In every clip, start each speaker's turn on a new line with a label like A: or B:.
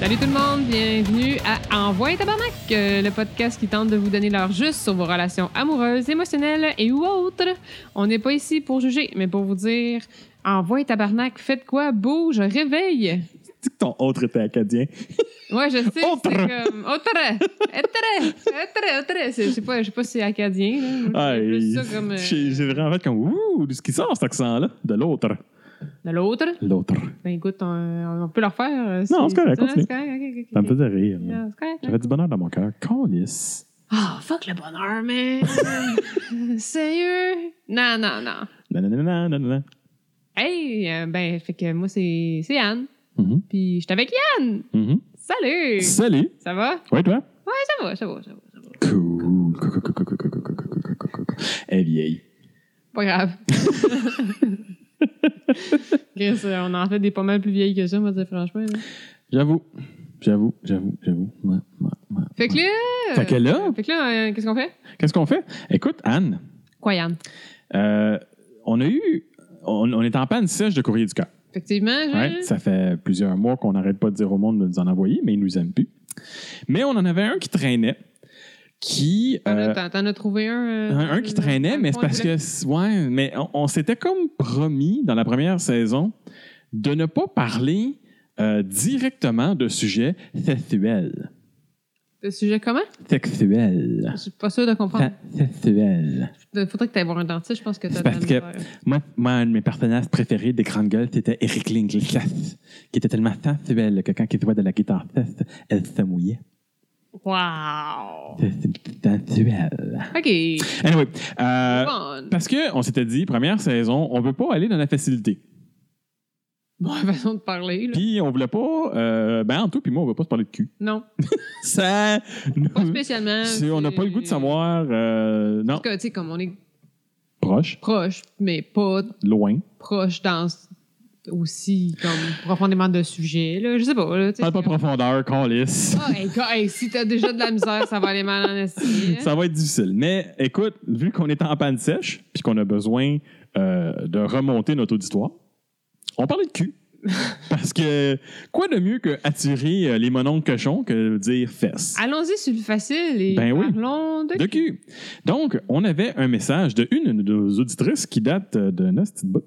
A: Salut tout le monde, bienvenue à Envoi Tabarnak, euh, le podcast qui tente de vous donner l'heure juste sur vos relations amoureuses, émotionnelles et ou autres. On n'est pas ici pour juger, mais pour vous dire Envoi Tabarnak, faites quoi, bouge, réveille.
B: Tu que ton autre était acadien.
A: Ouais, je sais, c'est
B: Autre.
A: comme autre, autre, autre, autre. C'est- Je sais pas, je sais pas si c'est acadien. là. Moi,
B: Ah,
A: j'ai plus
B: il-
A: ça comme, euh,
B: J'ai j'ai vraiment fait comme ouh, de ce qui sort cet accent-là, de l'autre,
A: de l'autre.
B: l'autre.
A: Ben écoute, on, on peut le refaire. euh,
B: Non, c'est correct,
A: Ah,
B: continue.
A: c'est correct, ok, ok,
B: Ça me
A: ok.
B: faisait rire. là.
A: Ah, c'est correct,
B: J'avais du bonheur dans mon cœur. Calice.
A: Ah, fuck le bonheur, man! Sérieux? Non, non, non.
B: Nanana, nanana.
A: Hey, euh, ben, fait que moi, c'est c'est Anne.
B: Mhm,
A: Puis, je suis avec Yann!
B: mhm.
A: Salut!
B: Salut.
A: Ça va?
B: Ouais, toi?
A: Ouais, ça va, ça va, ça va. ça va.
B: Cool. Cool, cool, cool, cool, cool, cool, cool, cool, cool, cool, cool. Elle est Eh, vieille.
A: Pas grave. Chris, euh, on en fait des pas mal plus vieilles que ça, moi, dire franchement. là.
B: J'avoue. J'avoue, j'avoue, j'avoue. Ouais, ouais, ouais.
A: Fait que là.
B: Fait que là?
A: Fait que là, euh, qu'est-ce qu'on fait?
B: Qu'est-ce qu'on fait? Écoute, Anne,
A: Quoi, Yann?
B: euh, on a eu. On, on est en panne sèche de courrier du cœur.
A: Effectivement, genre.
B: Ouais, ça fait plusieurs mois qu'on n'arrête pas de dire au monde de nous en envoyer, mais ils nous aiment plus. Mais on en avait un qui traînait, qui.
A: T'en as-
B: euh,
A: T'en t'en as trouvé un. euh,
B: un, un qui
A: dans- dans
B: traînait,
A: le
B: mais
A: coin
B: c'est parce
A: du
B: que. c'est- Ouais, mais on, on s'était comme promis dans la première saison de ne pas parler euh, directement de sujets sexuels.
A: Le sujet comment?
B: Sexuels.
A: Je suis pas sûre de comprendre.
B: Sexuels.
A: Faudrait que t'ailles voir un dentiste, je pense que t'as
B: Hein? C'est
A: de la
B: parce que-
A: misère.
B: Moi, moi, un de mes partenaires préférés des grandes gueules, c'était Eric Lindglass, qui était tellement sensuel que quand il jouait de la guitare sèche, elle se mouillait.
A: Wow!
B: C'est sensuel.
A: OK.
B: Anyway, euh,
A: Bonne.
B: parce qu'on s'était dit, première saison, on ne veut pas aller dans la facilité.
A: Bonne façon de parler, là.
B: Puis on voulait pas. euh, ben, en tout, puis moi, on ne veut pas se parler de cul.
A: non,
B: Ça. nous-
A: pas spécialement.
B: mm-hmm. c'est- on n'a pas le goût de savoir. euh,
A: En
B: non.
A: tout cas, tu sais, comme on est
B: Proche,
A: proche, mais pas
B: loin.
A: proche dans aussi comme profondément de sujet, là. Je sais pas, là. tu sais,
B: Parle Ah, pas
A: c'est comme-
B: profondeur, calice.
A: Ah, hey, gars, hey, si t'as déjà de la misère, ça va aller mal en esti. hein.
B: Ça va être difficile. Mais écoute, vu qu'on est en panne sèche, puis qu'on a besoin euh, de remonter notre auditoire, on parlait de cul. Parce que quoi de mieux que attirer euh, les mononcles cochons que dire fesses?
A: Allons-y sur le facile et
B: Ben oui.
A: parlons de...
B: De cul. Donc, on avait un message de une de nos auditrices qui date euh, de notre petite bout.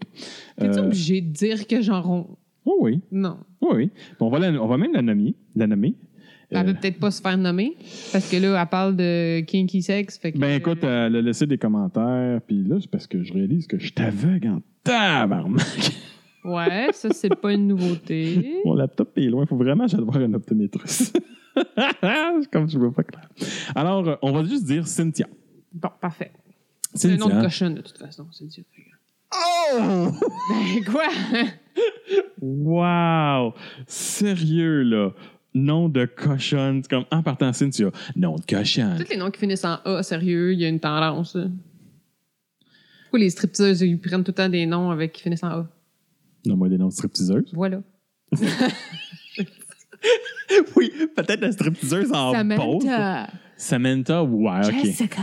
A: T'es-tu
B: Euh,
A: obligé de dire que j'en ronds?
B: oui, oui,
A: Non.
B: oui, oui. On va, la- on va même la nommer. La nommer.
A: Elle
B: Euh,
A: veut peut-être pas se faire nommer, parce que là, elle parle de kinky sex, fait que...
B: ben écoute, elle a laissé des commentaires, puis là, c'est parce que je réalise que je t'aveugle en tabarnak.
A: Ouais, ça, c'est pas une nouveauté.
B: Mon laptop est loin. Il faut vraiment que j'aille voir un optométriste. Comme je vois pas clair. Alors, euh, on va juste dire Cynthia.
A: Bon, parfait. C'est un nom de
B: Cynthia.
A: cochonne, de toute façon, c'est dit.
B: Oh!
A: Ben quoi?
B: Wow! Sérieux, là. Nom de cochonne. C'est comme en partant Cynthia. Nom de cochonne.
A: Tous les noms qui finissent en A, sérieux, il y a une tendance. là. Pourquoi les stripteaseuses, ils prennent tout le temps des noms avec qui finissent en A?
B: Nomme-moi des noms de stripteaseuses.
A: Voilà.
B: oui, peut-être la stripteaseuse en
A: Samantha,
B: Samantha, ouais, Ah, ok.
A: euh, Jessica.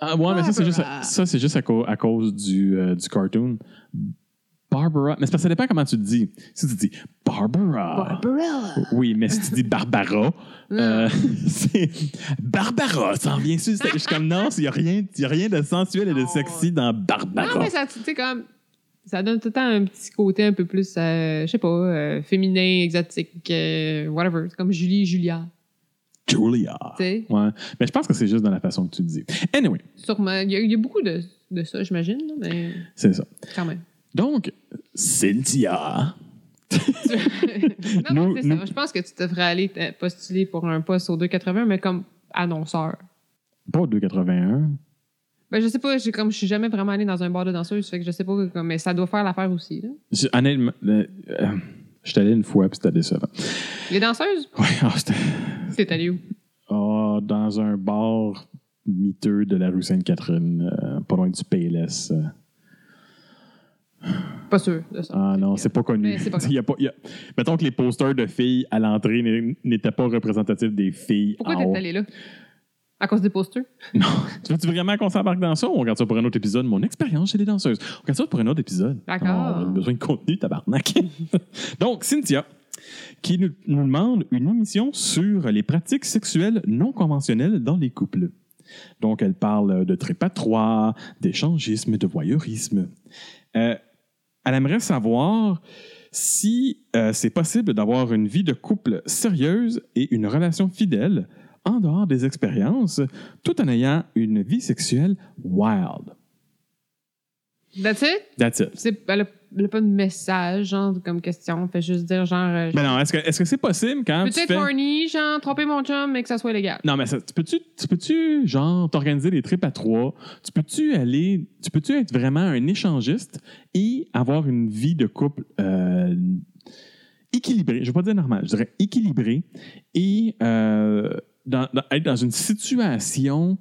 B: Ah, ouais, mais ça, c'est juste,
A: Barbara.
B: ça, c'est juste à, cau- à cause du, euh, du cartoon. Barbara. Mais c'est parce que ça dépend comment tu le dis. Si tu dis
A: Barbara.
B: Oui, mais si tu dis Barbara, euh, c'est Barbara, ça en vient sur. Je suis comme non, il n'y a, rien- y a rien de sensuel et de
A: Non.
B: sexy dans Barbara.
A: Non, mais ça, tu sais, comme. Ça donne tout le temps un petit côté un peu plus, euh, je sais pas, euh, féminin, exotique, euh, whatever. C'est comme Julie et Julia.
B: Julia.
A: Tu sais,
B: Ouais. Mais je pense que c'est juste dans la façon que tu le dis. Anyway,
A: sûrement. Il y, a- il y a beaucoup de, de ça, j'imagine, là, mais
B: c'est ça.
A: quand même.
B: Donc, Cynthia.
A: non,
B: Nous-
A: mais c'est
B: nous-
A: ça. Je pense que tu devrais aller te postuler pour un poste au 280, mais comme annonceur.
B: Pas 281.
A: Ben, je sais pas, j'ai comme je suis jamais vraiment allée dans un bar de danseuse, fait que je sais pas comme, mais ça doit faire l'affaire aussi. là.
B: Je- Honnêtement, le- euh, je suis allé une fois puis c'était décevant.
A: Les danseuses,
B: Ouais, ah, c'était-
A: t'es allée où?
B: ah, dans un bar miteux de la rue Sainte-Catherine, euh, pas loin du PLS. euh.
A: Pas sûr de ça.
B: Ah non, c'est pas connu.
A: Mais c'est pas grave.
B: Il y a pas- il y a- Mettons que les posters de filles à l'entrée n'é- n'étaient pas représentatifs des filles.
A: Pourquoi
B: en
A: t'es
B: haut.
A: allée là? À cause des posters.
B: Non. tu veux-tu vraiment qu'on s'embarque dans ça ou on regarde ça pour un autre épisode? Mon expérience chez les danseuses. On regarde ça pour un autre épisode.
A: D'accord.
B: On a besoin de contenu, tabarnak. Donc, Cynthia, qui nous, nous demande une émission sur les pratiques sexuelles non conventionnelles dans les couples. Donc, elle parle de trépatroie, d'échangisme, de voyeurisme. Euh, elle aimerait savoir si euh, c'est possible d'avoir une vie de couple sérieuse et une relation fidèle en dehors des expériences, tout en ayant une vie sexuelle wild.
A: That's it?
B: That's it.
A: Ben, C'est, elle, a, elle a pas de message, genre, comme question. Fait juste dire, genre. euh,
B: Mais non, est-ce que est-ce que c'est possible Ben, quand tu
A: Peut-être
B: fais...
A: horny, genre, tromper mon chum, mais que ça soit légal.
B: Non, mais ça- tu peux-tu, tu peux-tu, genre, t'organiser des trips à trois? Tu peux-tu aller, tu peux-tu être vraiment un échangiste et avoir une vie de couple euh, équilibrée? Je vais pas dire normale, je dirais équilibrée et euh, dans- dans- être dans une situation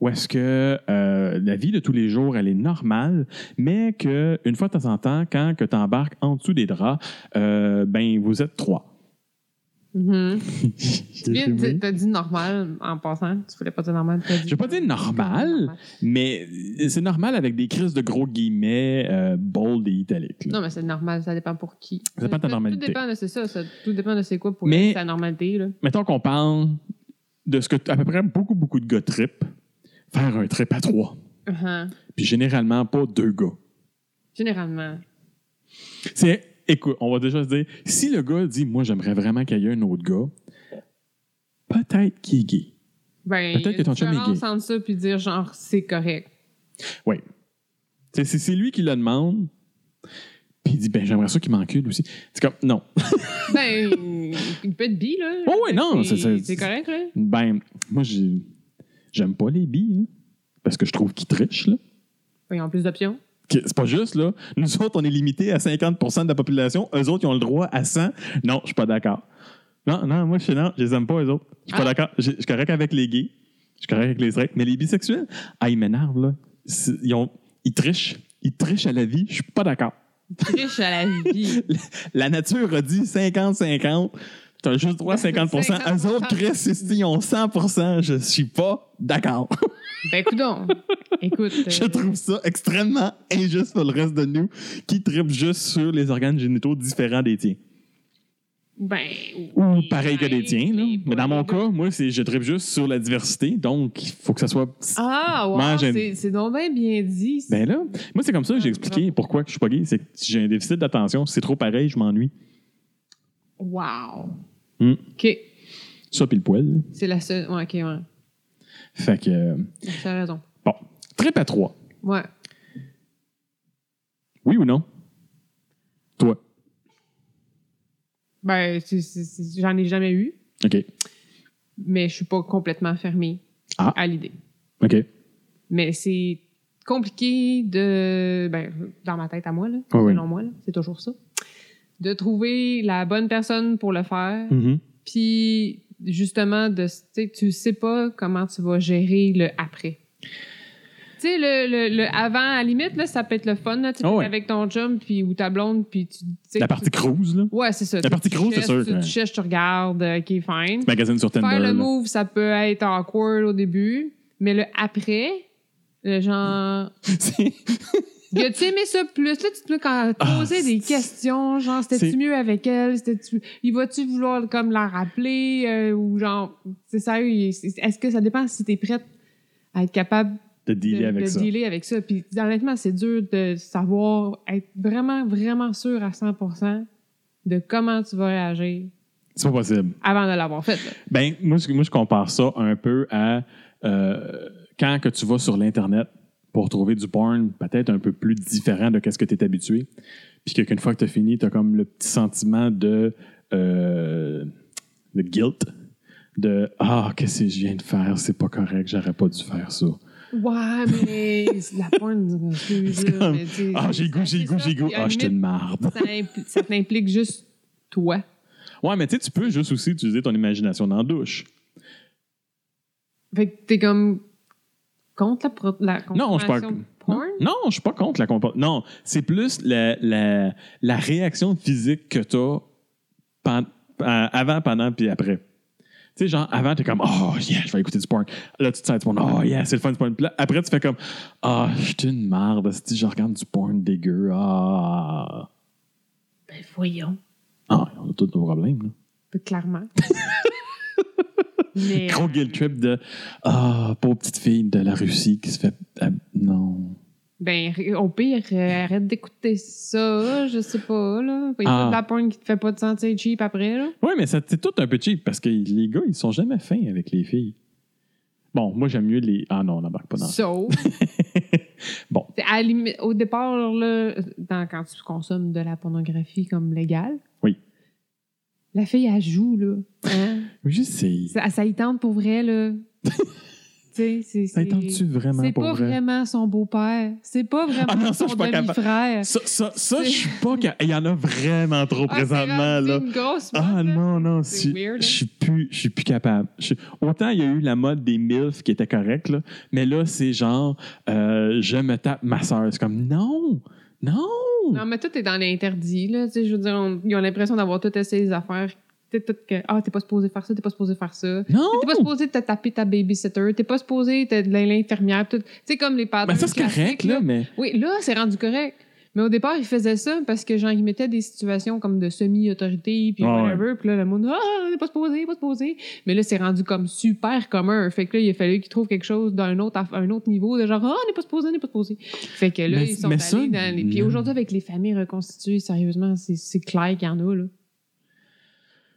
B: où est-ce que euh, la vie de tous les jours, elle est normale, mais que une fois de temps en temps, quand que t'embarques en dessous des draps, euh, ben, vous êtes trois.
A: Mhm. Tu viens de dire-
B: Dérivée.
A: T'as dit normal en passant. Tu voulais pas dire normal. t'as dit-
B: J'ai pas dit normal, mais c'est normal avec des crises de gros guillemets, euh, bold et italiques. là.
A: Non, mais c'est normal, ça dépend pour qui.
B: Ça dépend de ta normalité.
A: Tout dépend de c'est ça, ça- Tout dépend de c'est quoi pour
B: Mais-
A: ta normalité, là.
B: Mettons qu'on parle de ce que t- à peu près beaucoup, beaucoup de gars trip, faire un trip à trois.
A: Uh-huh.
B: Puis généralement, pas deux gars.
A: Généralement.
B: C'est, écoute, on va déjà se dire, si le gars dit, moi, j'aimerais vraiment qu'il y ait un autre gars, peut-être qu'il est gay.
A: Ben,
B: Peut-être que ton chum est
A: Tu
B: gay.
A: ça puis dire, genre, c'est correct.
B: C'est- C'est c'est lui qui le demande, puis il dit, ben, j'aimerais ça qu'il m'encule aussi. C'est comme, non.
A: Ben, il peut être bi, là.
B: Oh, ouais, non,
A: C'est-
B: c'est- c'est-
A: C'est correct, là.
B: Ben, moi, j'ai- j'aime pas les billes, hein, parce que je trouve qu'ils trichent. Là.
A: Ben, Ils ont plus d'options.
B: Que- C'est pas juste, là. Nous autres, on est limité à 50 de la population. Eux autres, ils ont le droit à 100. Non, je suis pas d'accord. Non, non, moi, je suis non, je les aime pas, eux autres. Je suis pas
A: Ah.
B: d'accord. Je je suis correct avec les gays. Je suis correct avec les straight. Mais les bisexuels, ah, ils m'énervent, là. C'est- Ils, ont- ils trichent. Ils trichent à la vie. Je suis pas d'accord.
A: Riche à la vie.
B: La nature a dit 50-50. T'as juste droit à 50 Eux autres, Chris, c'est- ils ont 100 Je suis pas d'accord.
A: Ben, coudon. Écoute. euh,
B: Je trouve ça extrêmement injuste pour le reste de nous qui tripent juste sur les organes génitaux différents des tiens.
A: Ben.
B: Ou
A: oui,
B: pareil que des
A: ben,
B: tiens, là.
A: oui, ben,
B: Mais dans
A: pas
B: mon
A: les deux.
B: cas, moi, c'est je tripe juste sur la diversité, donc il faut que ça soit.
A: Ah, wow,
B: Mange une-
A: c'est- c'est donc bien bien dit. ça.
B: Ben là, moi, c'est comme
A: Ah,
B: ça que j'ai expliqué pourquoi je suis pas gay. C'est que j'ai un déficit d'attention, c'est trop pareil, je m'ennuie.
A: Wow.
B: Hmm.
A: OK.
B: Ça, puis le poil. là.
A: C'est la seule. Ouais, OK, ouais.
B: Fait que. euh,
A: Tu as raison.
B: Bon. Trip à trois.
A: Ouais.
B: Oui ou non? Toi.
A: Ben, c'est- c'est- c'est- j'en ai jamais eu,
B: OK.
A: mais je suis pas complètement fermée
B: Ah.
A: à l'idée.
B: OK. Ouais,
A: Mais c'est compliqué de. Ben, dans ma tête à moi, là,
B: ouais.
A: selon moi, là, c'est toujours ça. De trouver la bonne personne pour le faire.
B: Mhm.
A: Puis, justement, de, tu sais, tu sais pas comment tu vas gérer le après. Tu sais, le, le, le avant, à la limite, là, ça peut être le fun, là, tu sais,
B: Ah ouais.
A: avec ton chum puis, ou ta blonde, puis tu tu sais.
B: La
A: tu-
B: partie cruise, là.
A: Ouais, c'est ça.
B: La partie
A: Tu
B: grosse, c'est
A: cherches,
B: sûr
A: Tu,
B: que-
A: tu cherches, tu regardes, euh, OK, fine.
B: Magazine sur Tinder.
A: Faire
B: là.
A: le move, ça peut être awkward au début, mais le après, le genre.
B: C'est-
A: Y a-tu aimé ça plus? Là, tu te mets quand
B: Ah,
A: poser
B: c'est-
A: des questions, genre,
B: c'est-
A: c'était-tu mieux avec elle? C'était-tu. Il va-tu vouloir, comme, la rappeler? euh, ou genre, c'est sérieux, il- c'est- est-ce que ça dépend si t'es prête à être capable
B: de
A: de,
B: dealer avec
A: de
B: ça.
A: dealer avec ça? Puis, honnêtement, c'est dur de savoir, être vraiment, vraiment sûr à 100 de comment tu vas réagir
B: C'est pas possible.
A: avant de l'avoir fait. là.
B: Ben, moi, je- moi, je compare ça un peu à euh, quand que tu vas sur l'Internet pour trouver du porn, peut-être un peu plus différent de quest ce que tu es habitué. Puis que- qu'une fois que tu as fini, tu as comme le petit sentiment de, euh, de guilt, de Ah, qu'est-ce que je viens de faire, c'est pas correct, j'aurais pas dû faire ça.
A: Ouais, mais c'est de la pointe du
B: C'est
A: refus, là,
B: comme,
A: mais tu sais,
B: Ah, j'ai le goût, j'ai le goût,
A: ça,
B: j'ai le goût,
A: puis à
B: ah,
A: la
B: j'étais une
A: limite,
B: marde.
A: Ça impl- ça t'implique juste toi.
B: Ouais, mais tu sais, tu peux juste aussi utiliser ton imagination dans la douche.
A: Fait que t'es comme contre la, pro- la
B: Non, je parle.
A: consommation de porn?
B: Non, je suis pas contre la compo- Non, c'est plus la, la, la euh, réaction physique que tu as avant, pendant puis après. Tu sais, genre, avant, t'es comme, oh yeah, je vais écouter du porn. Là, tu te sens du porn, oh yeah, c'est le fun du porn. Puis là, après, tu fais comme, ah, je suis une merde, si je regarde du porn dégueu, ah.
A: Ben voyons.
B: Ah, on a tous nos problèmes, là.
A: Peu clairement. Mais,
B: Gros
A: euh,
B: guilt trip de, ah, pauvre petite fille de la Russie qui se fait. ah, non.
A: Ben, au pire, euh, arrête d'écouter ça, je sais pas, là. Il y a
B: Ah.
A: de la porn qui te fait pas te sentir cheap après, là.
B: Oui, mais ça, c'est tout un peu cheap parce que les gars, ils sont jamais fins avec les filles. Bon, moi, j'aime mieux les. Ah non, on n'embarque pas dans ça.
A: Sauf.
B: Bon.
A: C'est à la limi- au départ, là, dans- quand tu consommes de la pornographie comme légale.
B: Oui.
A: La fille, elle joue, là. Hein?
B: Oui, je sais.
A: ça, ça y tente pour vrai, là. Tu sais, c'est.
B: Ça
A: c'est-
B: étend-tu vraiment
A: C'est
B: pour
A: pas
B: vrai?
A: vraiment son beau-père. C'est pas vraiment
B: Ah non, ça, je
A: son
B: suis pas capable.
A: demi-frère.
B: Ça, ça, ça
A: C'est-
B: je suis pas. ca- Il y en a vraiment trop
A: Ah, c'est
B: présentement,
A: rendu
B: là.
A: une grosse mode,
B: Ah
A: là.
B: non, non,
A: C'est
B: si-
A: weird, hein?
B: je suis plus, je suis plus capable. Je suis- Autant il y a eu la mode des MILF qui était correcte, là, mais là, c'est genre, euh, je me tape ma soeur. C'est comme, non, non.
A: Non, mais tout est dans l'interdit, là. Tu sais, je veux dire, on- ils ont l'impression d'avoir tout essayé les affaires. Tu sais, tout que, ah, t'es pas supposé faire ça, t'es pas supposé faire ça.
B: Non!
A: T'es pas supposé te taper ta babysitter, t'es pas supposé être de l'infirmière, tout. Tu sais, comme les patterns
B: Ben, ça, c'est
A: classiques,
B: correct, là, mais.
A: Oui, là, c'est rendu correct. Mais au départ, ils faisaient ça parce que, genre, ils mettaient des situations comme de semi-autorité, puis
B: Ah ouais.
A: whatever, puis là, le monde, ah, n'est pas supposé, pas supposé. Mais là, c'est rendu comme super commun. Fait que là, il a fallu qu'ils trouvent quelque chose d'un autre, aff- un autre niveau, de genre, ah, n'est pas supposé, n'est pas supposé. Fait que là,
B: Mais-
A: ils sont
B: mais
A: allés
B: ça, mm.
A: dans les. Puis
B: non.
A: aujourd'hui, avec les familles reconstituées, sérieusement, c'est- c'est clair qu'il y en a, là.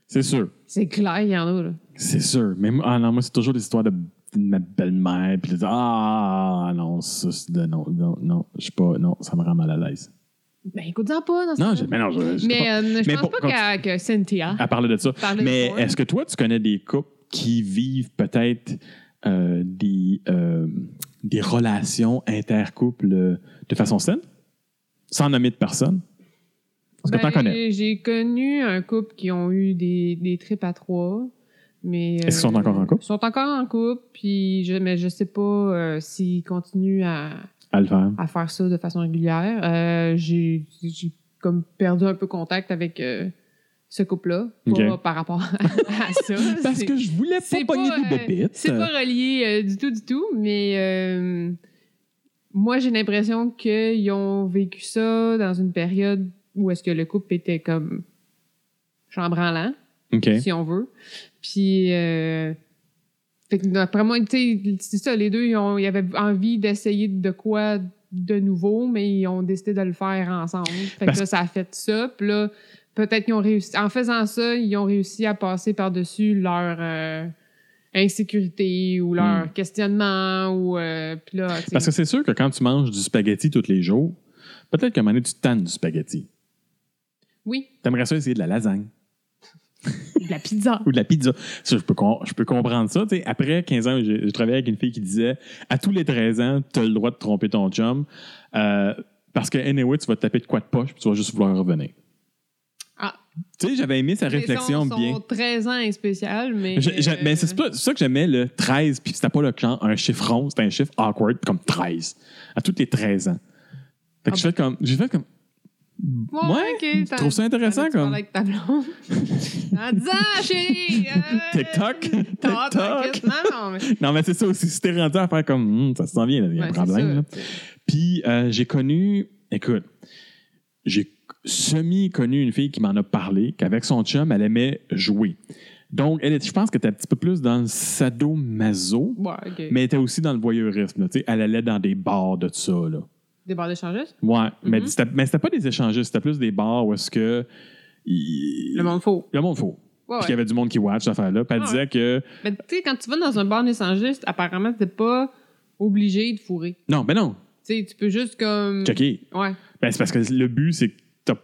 B: C'est sûr.
A: C'est clair qu'il y en a, là.
B: C'est sûr. Mais moi- ah non, moi, c'est toujours des histoires de, de ma belle-mère. Puis de ah non, ça, c'est de- non, non, non, je suis pas, non, ça me rend mal à l'aise.
A: Ben, écoute-en pas, dans ce
B: Non,
A: cas-là.
B: je, mais non, je, je-
A: Mais euh, je
B: Mais
A: pense
B: pour-
A: pas
B: quand
A: qu'à- que Cynthia.
B: à parler de ça.
A: Parler de
B: Mais
A: porn.
B: est-ce que toi, tu connais des couples qui vivent peut-être euh, des, euh, des relations intercouples euh, de façon saine, sans nommer de personne? Est-ce que
A: Ben,
B: t'en connais?
A: J'ai connu un couple qui ont eu des, des trips à trois. Mais, euh,
B: Est-ce qu'ils sont encore en couple?
A: Ils sont encore en couple, puis je, mais je sais pas euh, s'ils continuent à,
B: À le faire.
A: à faire ça de façon régulière. Euh, J'ai j'ai comme perdu un peu contact avec euh, ce couple-là pas
B: Ok.
A: par rapport à, à ça.
B: Parce
A: C'est-
B: que je voulais pas
A: c'est
B: pogner des
A: euh,
B: bébites.
A: C'est pas relié euh, du tout, du tout, mais euh, moi, j'ai l'impression qu'ils ont vécu ça dans une période où est-ce que le couple était comme chambranlant,
B: OK.
A: si on veut. Puis, euh, fait que d'après moi, tu sais, c'est ça, les deux, ils, ont, ils avaient envie d'essayer de quoi de nouveau, mais ils ont décidé de le faire ensemble. Fait que
B: Parce-
A: là, ça a fait ça. Puis là, peut-être qu'ils ont réussi. En faisant ça, ils ont réussi à passer par-dessus leur. euh, insécurité ou leur questionnement ou euh, puis là tu sais,
B: Hmm. Parce que c'est sûr que quand tu manges du spaghetti tous les jours, peut-être qu'à un moment donné, tu te tannes du spaghetti.
A: oui
B: T'aimerais ça essayer de la lasagne
A: de la pizza
B: ou de la pizza. Ça, je peux, com- je peux comprendre ça. tu sais. Après 15 ans, je, je travaillais avec une fille qui disait à tous les 13 ans, t'as le droit de tromper ton chum euh, parce que, anyway, tu vas te taper de quoi de poche puis tu vas juste vouloir revenir.
A: Ah.
B: Tu sais, j'avais aimé sa réflexion
A: Les sons
B: bien.
A: sont 13 ans et euh, spécial mais
B: Je- je- mais c'est pas- c'est ça que j'aimais, le 13, puis c'était pas le genre un chiffre rond, c'était un chiffre awkward, comme 13, à tous les 13 ans. Fait que
A: Ah
B: j'ai fait comme, j'ai fait comme,
A: euh, Ouais,
B: ouais,
A: ok,
B: je trouve ça intéressant,
A: Tu
B: comme.
A: parlais avec ta blonde. en disant, chérie! euh,
B: TikTok,
A: t'as- t'as-
B: TikTok.
A: Non, non, mais.
B: Non, mais c'est ça aussi, si t'es rendu à faire comme, Hum, ça se sent bien, là, il y a
A: Ouais,
B: un
A: c'est
B: problème. là.
A: ça.
B: Puis euh, j'ai connu, écoute, j'ai semi-connu une fille qui m'en a parlé, qu'avec son chum, elle aimait jouer. Donc, elle, est- je pense qu'elle était un petit peu plus dans le sadomaso,
A: Ouais, ok.
B: mais elle était aussi dans le voyeurisme. là, tu sais, elle allait dans des bars de ça, là.
A: Des barres d'échangistes?
B: Ouais, mais
A: Mhm.
B: c'était- mais c'était pas des échangistes, c'était plus des bars où est-ce que. il-
A: Le monde faux.
B: Le monde faux.
A: Ouais,
B: Puis
A: ouais.
B: qu'il y avait du monde qui watch cette affaire-là. Puis elle
A: Ah
B: disait que.
A: Mais tu sais, quand tu vas dans un bar d'échangistes, apparemment, t'es pas obligé de fourrer.
B: Non, mais non,
A: Tu sais, tu peux juste comme.
B: checker.
A: Ouais.
B: Ben, c'est parce que le but, c'est que t'as-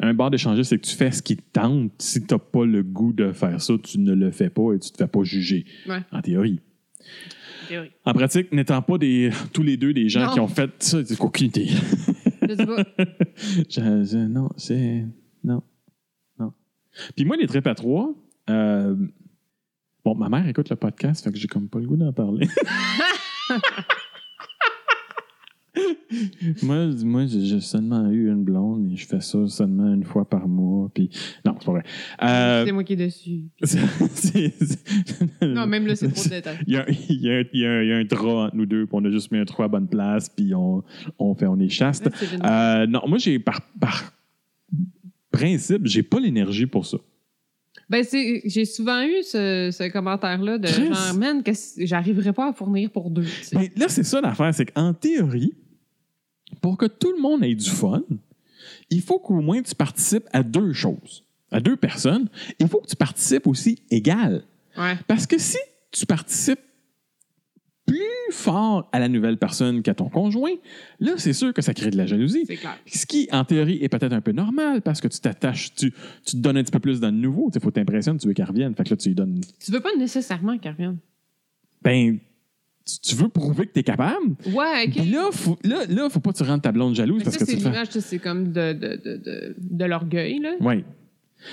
B: Un bar d'échangiste, c'est que tu fais ce qui te tente. Si t'as pas le goût de faire ça, tu ne le fais pas et tu te fais pas juger.
A: Ouais.
B: En théorie.
A: en théorie.
B: En pratique, n'étant pas des, tous les deux des gens
A: Non.
B: qui ont fait ça, c'est aucune idée.
A: Je sais
B: Euh,
A: pas.
B: Je- je- non, c'est. Non. Non. Puis moi, les trips à trois. euh, bon, ma mère écoute le podcast, fait que j'ai comme pas le goût d'en parler. moi, moi j'ai j'ai seulement eu une blonde et je fais ça seulement une fois par mois. Puis... Non, c'est pas vrai. Euh,
A: C'est moi qui est dessus.
B: c'est- c'est-
A: Non, même là, c'est trop de détails.
B: Il y, a, il, y a, il y a- il y a un drap entre nous deux, puis on a juste mis un trou à bonne place, puis on, on, fait, on est chaste.
A: C'est génial.
B: Euh, non, moi, j'ai par, par principe, j'ai pas l'énergie pour ça.
A: Ben, c'est, j'ai souvent eu ce, ce commentaire-là de
B: Chris.
A: genre, man, qu'est-ce- j'arriverai pas à fournir pour deux. tu sais.
B: Mais là, c'est ça l'affaire, c'est qu'en théorie, pour que tout le monde ait du fun, il faut qu'au moins tu participes à deux choses, à deux personnes. Il faut que tu participes aussi égal.
A: Ouais.
B: Parce que si tu participes plus fort à la nouvelle personne qu'à ton conjoint, là, c'est sûr que ça crée de la jalousie.
A: C'est clair.
B: Ce qui, en théorie, est peut-être un peu normal parce que tu t'attaches, tu, tu te donnes un petit peu plus dans le nouveau. Il faut que t'impressionnes, tu veux qu'elle revienne. Fait que là, tu lui donnes.
A: Tu veux pas nécessairement qu'elle revienne.
B: Ben, tu, tu veux prouver que tu es capable.
A: Ouais, ok.
B: Puis là, faut, là, là, faut pas que tu rentres ta blonde jalouse
A: Mais
B: parce
A: ça,
B: que
A: c'est
B: tu te fais.
A: l'image, ça, c'est comme de, de, de, de, de l'orgueil, là.
B: Oui.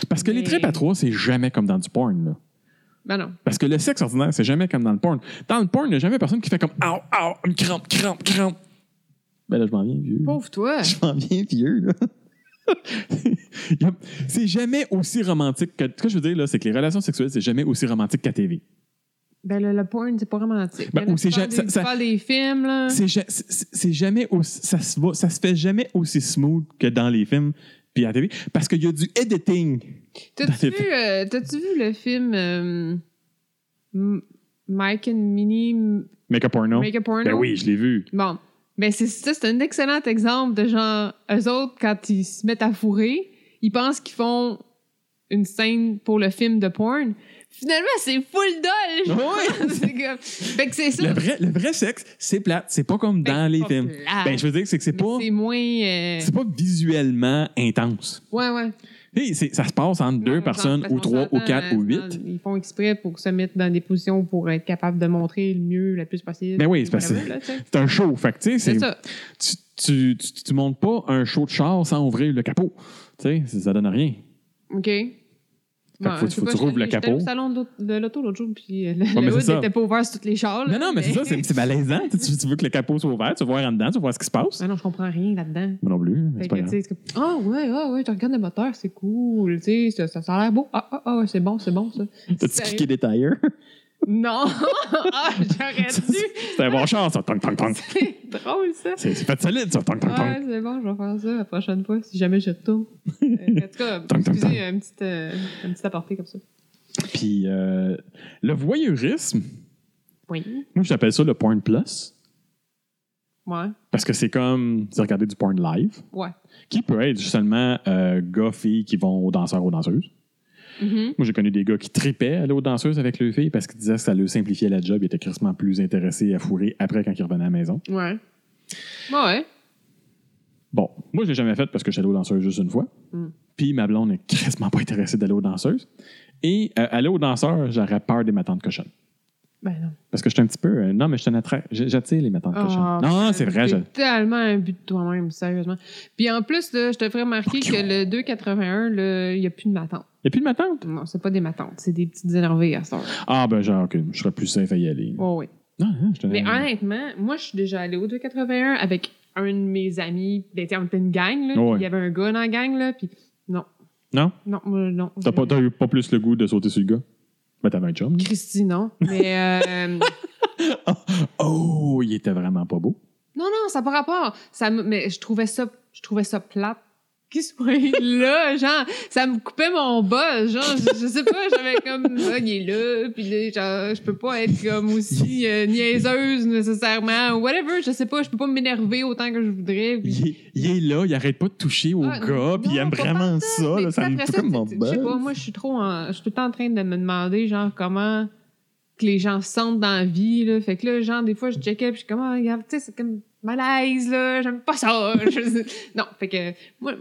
B: Parce que les
A: Mais-
B: tripes à trois, c'est jamais comme dans du porn. là.
A: Ben non.
B: Parce que le sexe ordinaire, c'est jamais comme dans le porn. Dans le porn, il n'y a jamais personne qui fait comme Ow, ow, une crampe, crampe, crampe. Ben là, je m'en viens vieux.
A: Pauvre toi.
B: Je m'en viens vieux, là. Il y a- c'est jamais aussi romantique que. Ce que je veux dire, là, c'est que les relations sexuelles, c'est jamais aussi romantique qu'à TV.
A: Ben le, le porn, c'est pas romantique.
B: Ben,
A: Mais là,
B: ou c'est
A: tu parles
B: ja-
A: des-
B: ça-
A: tu
B: ça-
A: parles des films, là.
B: C'est ja- c'est- c'est jamais aussi. Ça se, va- ça se fait jamais aussi smooth que dans les films puis à la TV. Parce qu'il y a du editing. Ben,
A: T'as-tu vu, euh, t'as-tu vu le film euh, M- Mike and Minnie M-
B: Make a porno.
A: Make a Porno?
B: Ben oui, je l'ai vu.
A: Bon. Ben, c'est ça, c'est un excellent exemple de genre, eux autres, quand ils se mettent à fourrer, ils pensent qu'ils font une scène pour le film de porn. Finalement, c'est full doll!
B: Ouais.
A: C'est comme- Fait que c'est ça.
B: Le vrai, le vrai sexe, c'est plate. C'est pas comme
A: Fait que
B: dans
A: c'est
B: les
A: pas
B: films.
A: plate.
B: Ben, je veux dire que c'est que c'est
A: Mais
B: pas,
A: c'est moins. euh,
B: c'est pas visuellement intense.
A: Ouais, ouais.
B: Tu sais, c'est- ça se passe entre deux
A: Non,
B: personnes,
A: parce
B: ou
A: qu'on
B: trois, ou
A: s'entend,
B: quatre, ou
A: euh,
B: huit.
A: dans- Ils font exprès pour se mettre dans des positions pour être capable de montrer le mieux, le plus possible.
B: Ben oui, c'est parce que-
A: Whatever, là, tu sais.
B: C'est un show. Fait que, tu sais,
A: C'est
B: c'est-
A: ça.
B: tu, tu, tu, tu montes pas un show de char sans ouvrir le capot. Tu sais, ça, ça donne rien.
A: OK. Bon,
B: faut-
A: je sais
B: faut que
A: pas,
B: tu rouvres
A: j'étais-
B: le
A: j'étais
B: capot.
A: au salon de l'auto- de l'auto l'autre jour, puis euh, le,
B: mais
A: le
B: c'est
A: hood
B: ça.
A: n'était pas ouvert sur toutes les chars. là,
B: Non, non, mais c'est ça, c'est c'est malaisant. Tu, tu veux que le capot soit ouvert, tu vas voir en dedans, tu vas voir ce qui se passe.
A: Ah non, je comprends rien là-dedans.
B: Moi non plus,
A: Fait
B: mais c'est
A: que,
B: pas
A: tu
B: grave.
A: sais, c'est comme, ah ouais, ah ouais, tu regardes le moteur, c'est cool, tu sais, ça, ça, ça a l'air beau. Ah, ah, ah, ouais, c'est bon, c'est bon, ça.
B: T'as-tu
A: Sérieux?
B: cliqué des tailleurs?
A: Non! ah, j'aurais dû!
B: C'est un bon char, ça. Tong, tong, tong.
A: C'est drôle, ça!
B: C'est c'est fait solide, ça. Tong, tong, tong.
A: Ouais, c'est bon, je vais faire ça la prochaine fois si jamais je tourne. Euh, en tout cas,
B: Tong, tong, tong.
A: excusez un petit, euh, un petit aparté comme ça.
B: Puis euh, le voyeurisme,
A: Oui.
B: moi, j'appelle ça le porn plus.
A: Ouais.
B: Parce que c'est comme c'est regarder du porn live,
A: Ouais.
B: qui peut être seulement euh, gars, filles qui vont aux danseurs, aux danseuses.
A: Mhm.
B: Moi, j'ai connu des gars qui tripaient à aller aux danseuses avec leurs filles parce qu'ils disaient que ça leur simplifiait la job. Ils étaient crissement plus intéressés à fourrer après quand ils revenaient à la maison.
A: Ouais. Ouais.
B: Bon, moi, je l'ai jamais fait parce que j'étais allé aux danseuses juste une fois.
A: Mm.
B: Puis ma blonde n'est crissement pas intéressée d'aller aux danseuses. Et euh, aller aux danseurs, j'aurais peur des matins de cochonne.
A: Ben non.
B: Parce que j'étais un petit peu. euh, non, mais je t'en attrape. j'- J'attire les matins de cochonne.
A: Ah,
B: non, c'est vrai. je-
A: T'es tellement un but de toi-même, sérieusement. Puis en plus, là, je te ferai remarquer
B: Fuck
A: que le 281, là, il n'y a plus de matantes.
B: Et puis le matin?
A: Non, c'est pas des matantes, c'est des petites énervées à ça.
B: Ah, ben, genre, ok, je serais plus safe à y aller.
A: Ouais, ouais.
B: Non, non, je te
A: Mais honnêtement, moi, je suis déjà allée au 281 avec un de mes amis. Ben, tu sais, on était une gang, là. puis
B: Ouais.
A: Il y avait un gars dans la gang, là. Puis non.
B: Non?
A: Non, moi, non.
B: T'as pas, t'as eu pas plus le goût de sauter sur le gars? Ben, t'avais un chum. là.
A: Christy, non. Mais. euh,
B: Oh, il était vraiment pas beau.
A: non, non, ça n'a pas rapport. Ça me- mais je trouvais ça, je trouvais ça plate. Qui se pointe là, genre, ça me coupait mon buzz, genre, je, je sais pas, j'avais comme, ah, il est là, puis là, genre, je peux pas être comme aussi euh, niaiseuse nécessairement, ou whatever, je sais pas, je peux pas m'énerver autant que je voudrais. puis-
B: Il est, il est là, il arrête pas de toucher au
A: Ah,
B: gars, puis il
A: non,
B: aime
A: pas
B: vraiment
A: partant,
B: ça.
A: mais
B: Là, ça
A: après
B: me fout comme ben. mon
A: tu- tu- Je sais
B: buzz.
A: pas, moi, je suis trop en- Je suis tout le temps en train de me demander, genre, comment que les gens se sentent dans la vie, là. Fait que là, genre, des fois, je checkais, puis je suis comme, ah, regarde, tu sais, c'est comme malaise, là, j'aime pas ça. Je- non, fait que, moi,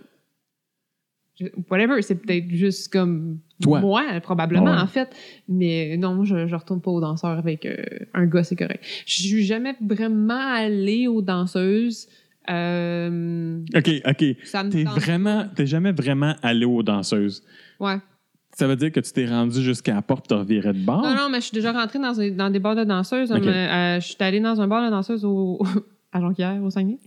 A: je- whatever, c'est peut-être juste comme.
B: Toi. Ah
A: Moi, probablement,
B: Ouais.
A: en fait. Mais non, moi, je, je retourne pas aux danseurs avec euh, un gars, c'est correct. Je suis jamais vraiment allée aux danseuses. Euh,
B: Ok, ok.
A: ça me
B: T'es
A: tente-
B: vraiment, t'es jamais vraiment allé aux danseuses.
A: Ouais.
B: Ça veut dire que tu t'es rendu jusqu'à la porte, t'as reviré de bord.
A: Non, non, mais je suis déjà rentrée dans, un- dans des bars de danseuses.
B: Ok.
A: Euh, euh, je suis allée dans un bar de danseuses au, à Jonquière, au Saguenay.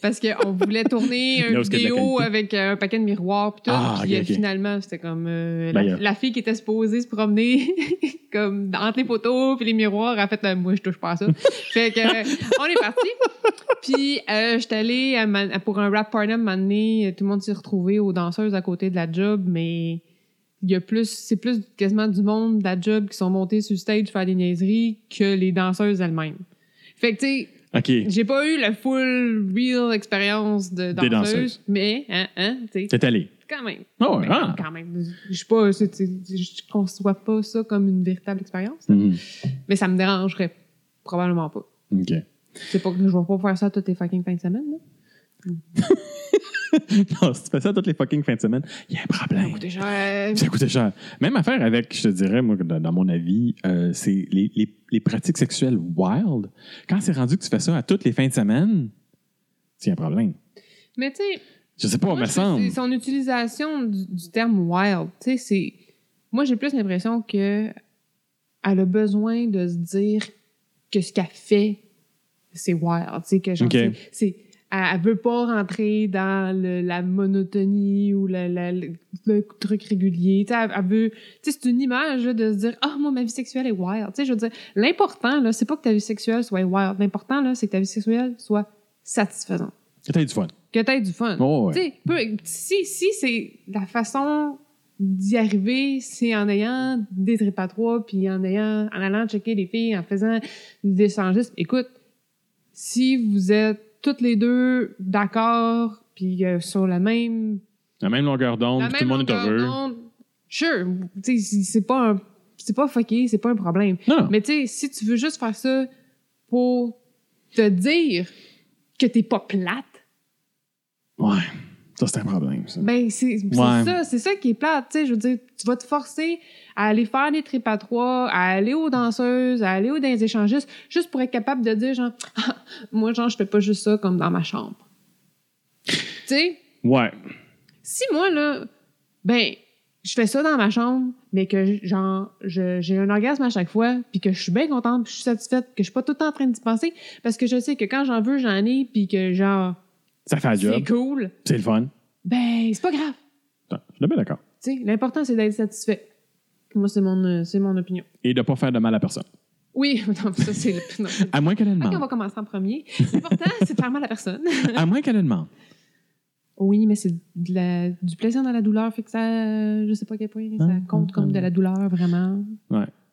A: Parce qu'on voulait tourner une
B: Là où est-ce que de la
A: vidéo
B: qualité.
A: avec euh, un paquet de miroirs, puis tout.
B: Ah,
A: puis
B: ok,
A: euh,
B: ok.
A: finalement, c'était comme euh,
B: Ben,
A: la,
B: euh.
A: la fille qui était supposée se promener, comme entre les poteaux, puis les miroirs. Elle a fait, euh, moi, je touche pas à ça. fait que, euh, on est parti. Puis, euh, j'étais allée à ma- à- pour un rap party un moment donné, Tout le monde s'est retrouvé aux danseuses à côté de la job, mais il y a plus, c'est plus quasiment du monde de la job qui sont montés sur le stage faire des niaiseries que les danseuses elles-mêmes. Fait que, tu sais,
B: OK.
A: j'ai pas eu la full real expérience de danseuse,
B: Des danseuses.
A: mais hein, hein, tu sais,
B: T'es allé.
A: quand même.
B: Ah ouais,
A: Mais
B: ah.
A: Quand même. Je suis pas, c'est- c'est- je conçois pas ça comme une véritable expérience,
B: Mhm.
A: mais ça me dérangerait probablement pas.
B: OK.
A: C'est pas que je vais pas faire ça toutes les fucking fins de semaine. Là.
B: non, si tu fais ça toutes les fucking fins de semaine, il y a un
A: Ça
B: problème.
A: coûte cher.
B: Ça coûtait cher. Même affaire avec, je te dirais, moi, dans, dans mon avis, euh, c'est les, les- les pratiques sexuelles wild. Quand c'est rendu que tu fais ça à toutes les fins de semaine, c'est un problème.
A: Mais tu sais,
B: Je sais pas,
A: moi,
B: me
A: je-
B: semble.
A: c'est son utilisation du, du terme wild, tu sais, c'est. Moi, j'ai plus l'impression que elle a besoin de se dire que ce qu'elle fait, c'est wild, tu sais, que genre,
B: Ok.
A: c'est- c'est. Elle, elle veut pas rentrer dans le- la monotonie ou la- la- le, le truc régulier. tu sais, Elle, elle veut, tu sais, c'est une image là, de se dire ah moi ma vie sexuelle est wild. Tu sais, je veux dire, l'important là, c'est pas que ta vie sexuelle soit wild. L'important là, c'est que ta vie sexuelle soit satisfaisante,
B: Que t'as eu du fun.
A: que t'aies du fun.
B: Oh, ouais.
A: Tu sais, peu- si, si c'est la façon d'y arriver, c'est en ayant des trépatois, puis en ayant, en allant checker les filles, en faisant des changistes. Écoute, si vous êtes toutes les deux d'accord, puis euh, sur la même,
B: La même longueur d'onde,
A: la
B: puis
A: même
B: tout le monde est
A: longueur
B: heureux.
A: d'onde, sure, tu sais, si c'est pas un, c'est pas fucké, c'est pas un problème.
B: Non,
A: Mais tu sais, si tu veux juste faire ça pour te dire que t'es pas plate,
B: ouais. Ça, c'est un problème, ça.
A: Ben, c'est c'est
B: Ouais.
A: ça, c'est ça qui est plate, tu sais, je veux dire, tu vas te forcer à aller faire des tripes à trois, à aller aux danseuses, à aller aux dans les échangistes, juste pour être capable de dire, genre, Ah, moi, genre, je fais pas juste ça comme dans ma chambre. tu sais,
B: Ouais.
A: si moi, là, ben, je fais ça dans ma chambre, mais que, genre, je- j'ai un orgasme à chaque fois, puis que je suis bien contente, puis je suis satisfaite, que je suis pas tout le temps en train d'y penser, parce que je sais que quand j'en veux, j'en ai, puis que, genre,
B: Ça fait un
A: c'est
B: job.
A: cool,
B: C'est le fun.
A: ben, c'est pas grave.
B: Attends, Je suis bien d'accord.
A: Tu sais, l'important, c'est d'être satisfait. Moi, c'est mon, euh, c'est mon opinion.
B: Et de pas faire de mal à personne.
A: Oui, non, ça, c'est le. non.
B: À moins qu'elle
A: Ok, on
B: ait
A: va
B: demande.
A: commencer en premier. L'important, c'est de faire mal à personne.
B: À moins qu'elle ait demande.
A: Oui, mais c'est de la- du plaisir dans la douleur, fait que ça. euh, Je sais pas à quel point, ça
B: Ah,
A: compte
B: ah,
A: comme
B: ah.
A: de la douleur, vraiment.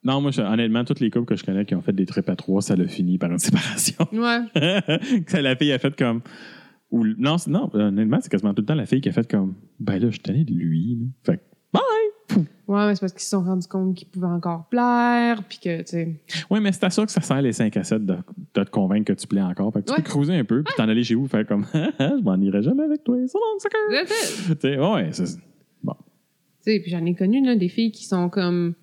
B: Non, moi, je- honnêtement, toutes les couples que je connais qui ont fait des trips à trois, ça l'a fini par une séparation.
A: Ouais.
B: que la fille a fait comme. Ou, non, c'est- non, honnêtement, c'est quasiment tout le temps la fille qui a fait comme. Ben là, je suis tanné de lui. là. Fait que,
A: Ouais, mais c'est parce qu'ils se sont rendus compte qu'ils pouvaient encore plaire, puis que, tu sais.
B: ouais, mais c'est à ça que ça sert les 5 à 7 de, de te convaincre que tu plais encore. Fait que tu
A: Ouais.
B: peux creuser un peu, puis t'en aller chez vous, faire comme. Ah, ah, je m'en irai jamais avec toi. So long, sucker.
A: Tu sais,
B: Tu sais, ouais, c'est.
A: puis j'en ai connu, là, des filles qui sont comme.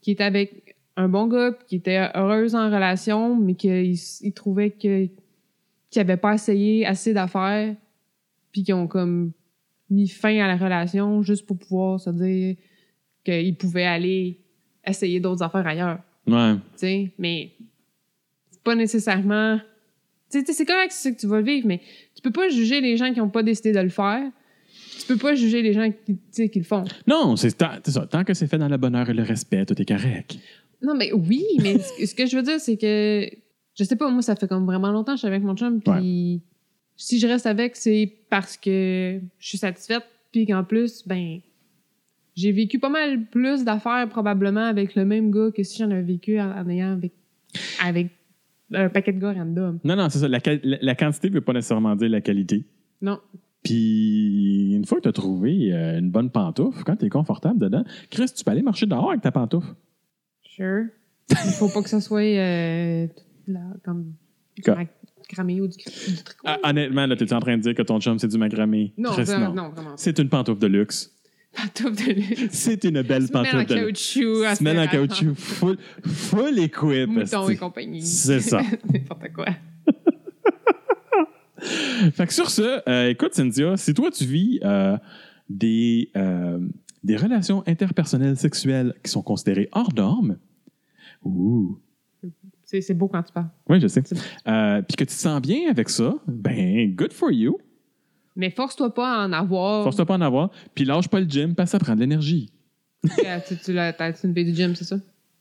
A: qui étaient avec un bon gars, puis qui étaient heureuses en relation, mais qu'ils ils trouvaient que qui n'avaient pas essayé assez d'affaires, puis qui ont comme mis fin à la relation juste pour pouvoir se dire qu'ils pouvaient aller essayer d'autres affaires ailleurs.
B: Ouais.
A: Tu sais, mais c'est pas nécessairement. Tu sais, tu sais, c'est correct, c'est ça que tu vas le vivre, mais tu peux pas juger les gens qui n'ont pas décidé de le faire. Tu peux pas juger les gens qui, tu sais, qui le font.
B: Non, c'est tant- c'est ça. Tant que c'est fait dans le bonheur et le respect, tout est correct.
A: Non, mais oui, mais ce ce que je veux dire, c'est que je sais pas, moi, ça fait comme vraiment longtemps que je suis avec mon chum, puis si je reste avec, c'est parce que je suis satisfaite, puis qu'en plus, ben, j'ai vécu pas mal plus d'affaires probablement avec le même gars que si j'en avais vécu en, en ayant avec, avec un paquet de gars random.
B: Non, non, c'est ça. La, quali- la- la quantité ne veut pas nécessairement dire la qualité.
A: Non.
B: Puis, une fois que tu as trouvé euh, une bonne pantoufle, quand tu es confortable dedans, Chris, tu peux aller marcher dehors avec ta pantoufle.
A: Sure. Il faut pas que ça soit euh, là, comme
B: Quoi?
A: ma- cramé ou du, du tricot.
B: Ah, honnêtement, là, tu es en train de dire que ton chum, c'est du macramé.
A: non,
B: Chris,
A: ça-
B: non.
A: non, comment ça?
B: C'est une pantoufle de luxe.
A: Pas top de luxe.
B: C'est une belle
A: Semelle en
B: pantoufle de luxe.
A: caoutchouc. à
B: Semelle en
A: faire attendre.
B: caoutchouc. Full, full équipe.
A: Moutons et
B: esti.
A: compagnie.
B: C'est ça.
A: N'importe quoi.
B: Fait que sur ce, euh, écoute, Cynthia, si toi, tu vis euh, des, euh, des relations interpersonnelles sexuelles qui sont considérées hors normes, ouh,
A: C'est C'est c'est beau quand tu parles.
B: Oui, je sais.
A: C'est bon.
B: Euh, Puis que tu te sens bien avec ça, ben, good for you.
A: Mais force-toi pas à en avoir.
B: Force-toi pas à en avoir. Puis lâche pas le gym, parce que ça prend de l'énergie.
A: Euh, tu, tu l'as- t'as- c'est une baie du gym, c'est ça?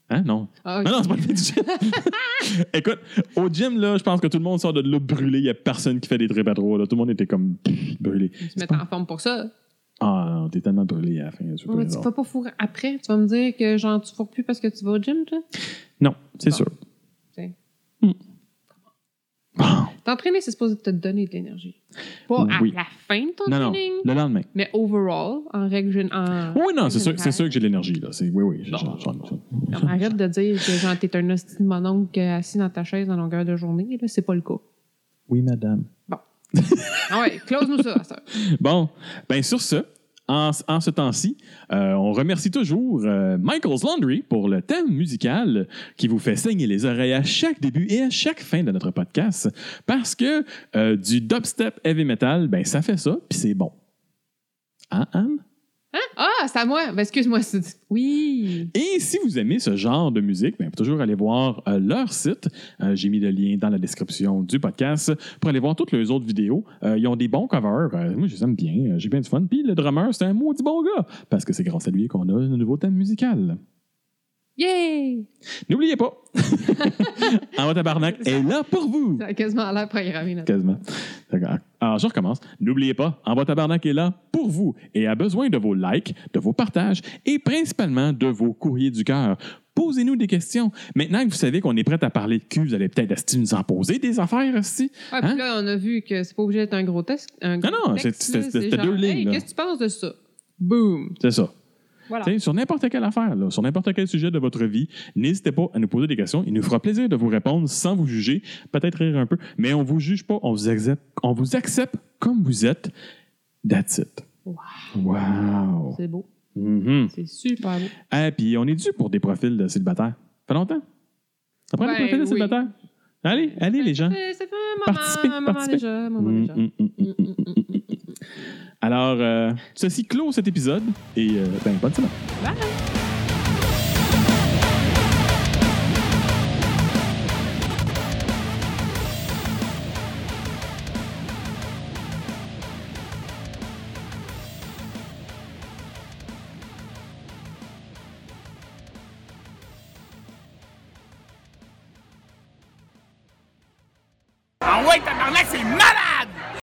B: Hein? Non.
A: Ah, ok.
B: Non, non, c'est pas le du gym. Écoute, au gym, là, je pense que tout le monde sort de là brûlé. Il n'y a personne qui fait des tripes à trois, là. Tout le monde était comme pff, brûlé.
A: Tu te mets en forme pour ça.
B: Ah non, t'es tellement brûlé à la fin. c'est pas
A: Ouais, mais tu
B: grave.
A: vas pas fourrer après. Tu vas me dire que genre tu fourres plus parce que tu vas au gym, toi?
B: Non, c'est
A: Bon.
B: sûr.
A: Tiens.
B: Hmm. Bon.
A: T'entraîner, c'est supposé te donner de l'énergie. Pas à
B: Oui.
A: la fin de ton
B: Non, non,
A: training,
B: le lendemain.
A: mais overall, en règle générale.
B: Oui, non, c'est sûr,
A: Général.
B: c'est sûr que j'ai de l'énergie. Là. C'est, oui, oui. j'ai-
A: Bon.
B: j'en- j'en- j'en-
A: Non, Arrête de dire que genre t'es un hostie de mononcle qui est assis dans ta chaise en longueur de journée. Là, c'est pas le cas.
B: Oui, madame.
A: Ah ouais, close-nous ça, ça.
B: Bon, ben sur ce, en, en ce temps-ci, euh, on remercie toujours euh, Michael's Laundry pour le thème musical qui vous fait saigner les oreilles à chaque début et à chaque fin de notre podcast. Parce que euh, du dubstep heavy metal, ben ça fait ça, puis c'est bon. Hein, Anne?
A: Ah, c'est à moi. Ben, excuse-moi. c'est- Oui.
B: Et si vous aimez ce genre de musique, bien, toujours aller voir euh, leur site. Euh, J'ai mis le lien dans la description du podcast pour aller voir toutes les autres vidéos. Euh, ils ont des bons covers. Euh, moi, je les aime bien. Euh, J'ai bien du fun. Puis le drummer, c'est un maudit bon gars parce que c'est grâce à lui qu'on a un nouveau thème musical.
A: Yay!
B: N'oubliez pas, En haut tabarnak est là pour vous.
A: Ça a quasiment l'air programmé, là.
B: Quasiment. D'accord. Alors, je recommence. N'oubliez pas, Envoi Tabarnak est là pour vous et a besoin de vos likes, de vos partages et principalement de vos courriers du cœur. Posez-nous des questions. Maintenant que vous savez qu'on est prêt à parler de cul, vous allez peut-être asti, nous en poser des affaires aussi.
A: Ah, puis
B: Hein?
A: là, on a vu que c'est pas obligé d'être un gros test. Un gros
B: non,
A: texte,
B: c'est-
A: là,
B: c'était- c'était
A: genre,
B: deux lignes,
A: Hey,
B: là.
A: qu'est-ce que tu penses de ça? Boom.
B: C'est ça.
A: Voilà.
B: Tu sais, Sur n'importe quelle affaire, là, sur n'importe quel sujet de votre vie, n'hésitez pas à nous poser des questions. Il nous fera plaisir de vous répondre sans vous juger, peut-être rire un peu, mais on vous juge pas, on vous accepte, on vous accepte comme vous êtes. That's it.
A: Wow.
B: Wow.
A: C'est beau.
B: Mhm.
A: C'est super beau.
B: Ah, puis on est dû pour des profils de célibataires. Ça fait longtemps? Ça prend
A: Ben,
B: des profils de
A: oui.
B: célibataires? Allez, allez les gens.
A: Ça fait ça fait un moment,
B: Participez,
A: un moment
B: participez.
A: déjà. Un moment
B: Mm,
A: déjà.
B: mm, mm, mm.
A: Mm, mm, mm, mm.
B: Alors, euh, ceci clôt cet épisode et euh, ben, bonne semaine.
C: Ah ouais, tabarnak, c'est malade!